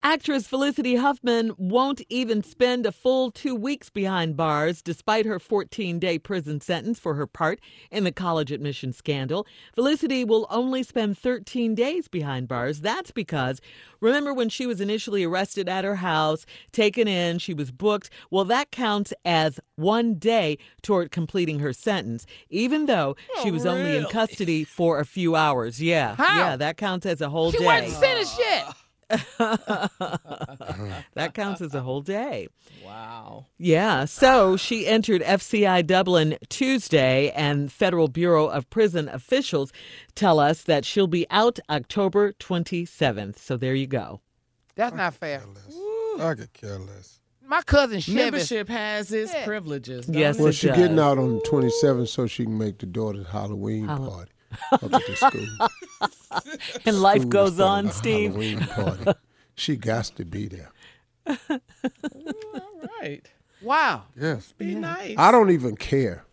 Actress Felicity Huffman won't even spend a full 2 weeks behind bars despite her 14-day prison sentence for her part in the college admission scandal. Felicity will only spend 13 days behind bars. That's because remember when she was initially arrested at her house, taken in, she was booked. Well, that counts as 1 day toward completing her sentence, even though oh, she was really? only in custody for a few hours. Yeah. How? Yeah, that counts as a whole she day. wasn't sentenced yet. that counts as a whole day. Wow. Yeah. So she entered FCI Dublin Tuesday, and Federal Bureau of Prison officials tell us that she'll be out October 27th. So there you go. That's not fair. I could care less. My cousin Shevis. Membership has its yeah. privileges. Yes, it? Well, it she's does. getting out on the 27th so she can make the daughter's Halloween Hall- party. and life goes on, Steve. she got to be there. All right. Wow. Yes. Be yeah. nice. I don't even care.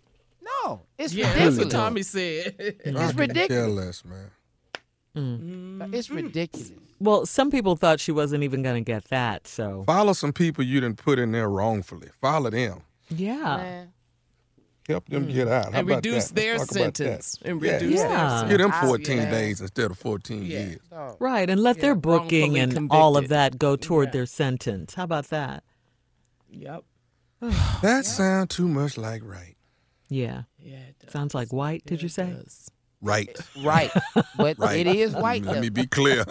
No, it's yeah, ridiculous. That's what Tommy said. it's ridiculous. Care less, man. Mm. It's ridiculous. Well, some people thought she wasn't even going to get that. So follow some people you didn't put in there wrongfully. Follow them. Yeah. Man. Help them get out. How and about reduce that? their Let's talk about sentence. that. And Yeah. reduce Yeah. their sentence. Give them I- 14 yeah. days instead of 14 Yeah. years. No. Right, and let Yeah, their booking wrongfully and all of convicted. that go toward Yeah. their sentence. How about that? Yep. That sound too much like right. Yeah. Yeah. It does. Sounds like white, did you say? Right. Right. But Right. it is white. Let though. me be clear.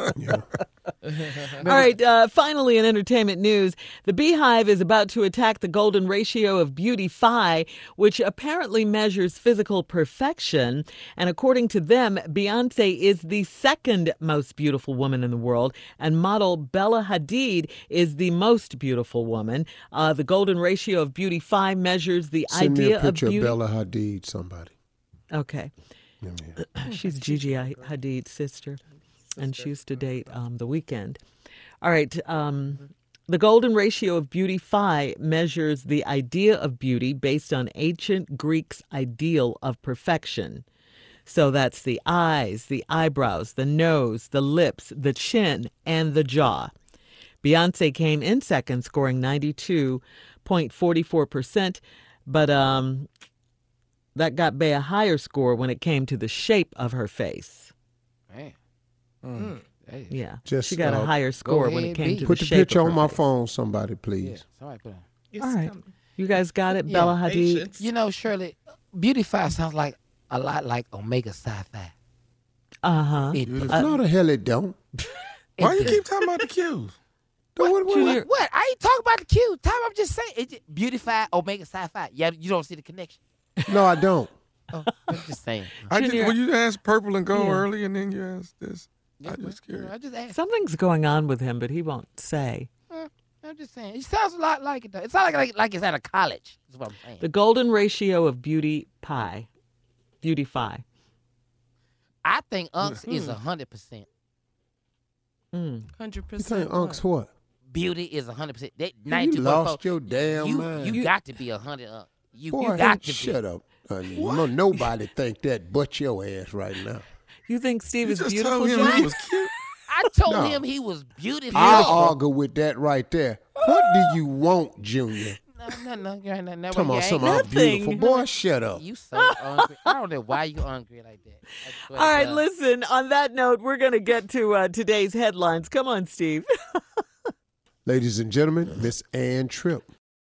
All right, uh, finally in entertainment news, the Beehive is about to attack the golden ratio of Beauty Fi, which apparently measures physical perfection. And according to them, Beyonce is the second most beautiful woman in the world, and model Bella Hadid is the most beautiful woman. Uh, the golden ratio of Beauty Fi measures the Send me idea a picture of of, beauty. Bella Hadid, somebody. Okay. Let me- She's Gigi I- Hadid's sister, and she used to date um, The weekend. All right. Um, The golden ratio of beauty phi measures the idea of beauty based on ancient Greeks' ideal of perfection. So that's the eyes, the eyebrows, the nose, the lips, the chin, and the jaw. Beyonce came in second, scoring 92.44%, but um, that got Bey a higher score when it came to the shape of her face. Man. Mm. Hey. Yeah, Hmm. Just, she got uh, a higher score when ahead, it came B. to Put the the shape picture of her on my face. phone, somebody, please. Somebody put on. All right, you guys got it, Bella Yeah. Hadid. You know, Shirley, Beautify sounds like a lot like Omega Sci Fi. Uh-huh. It- Beautiful. no, the hell it don't. Why it you do. keep talking about the cues? What, What? What? I ain't talking about the cute Tom, I'm just saying. It just, beautify Omega Sci Fi. Yeah, you don't see the connection. No, I don't. I'm just saying. I just, Junior- when you asked purple and gold Yeah. early, and then you asked this, I just curious. I just asked. Something's going on with him, but he won't say. Uh, I'm just saying. It sounds a lot like it does. It sounds like, like like it's out of college. Is what I'm saying. The golden ratio of beauty pie. Beauty pie. I think Unks is a hundred percent. Mm. Hundred You think Unks what? Beauty is a hundred percent. That You ninety lost your damn you, mind. You got to be a hundred. Unc. You, Boy, you got hey, to shut be. up. honey. no, nobody think that but your ass right now. You think Steve is just beautiful? told him he Junior? was cute. I told No. him he was beautiful. I'll argue with that right there. What do you want, Junior? No, no, no, you're not. no, Come you on, ain't. some I'm beautiful. Boy, shut up. You so angry. I don't know why you angry like that. I swear All to right, God. listen, on that note, we're going to get to uh, today's headlines. Come on, Steve. Uh, Ladies and gentlemen, Miss Ann Tripp.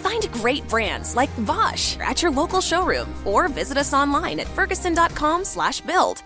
Find great brands like Bosch at your local showroom or visit us online at ferguson.com/build.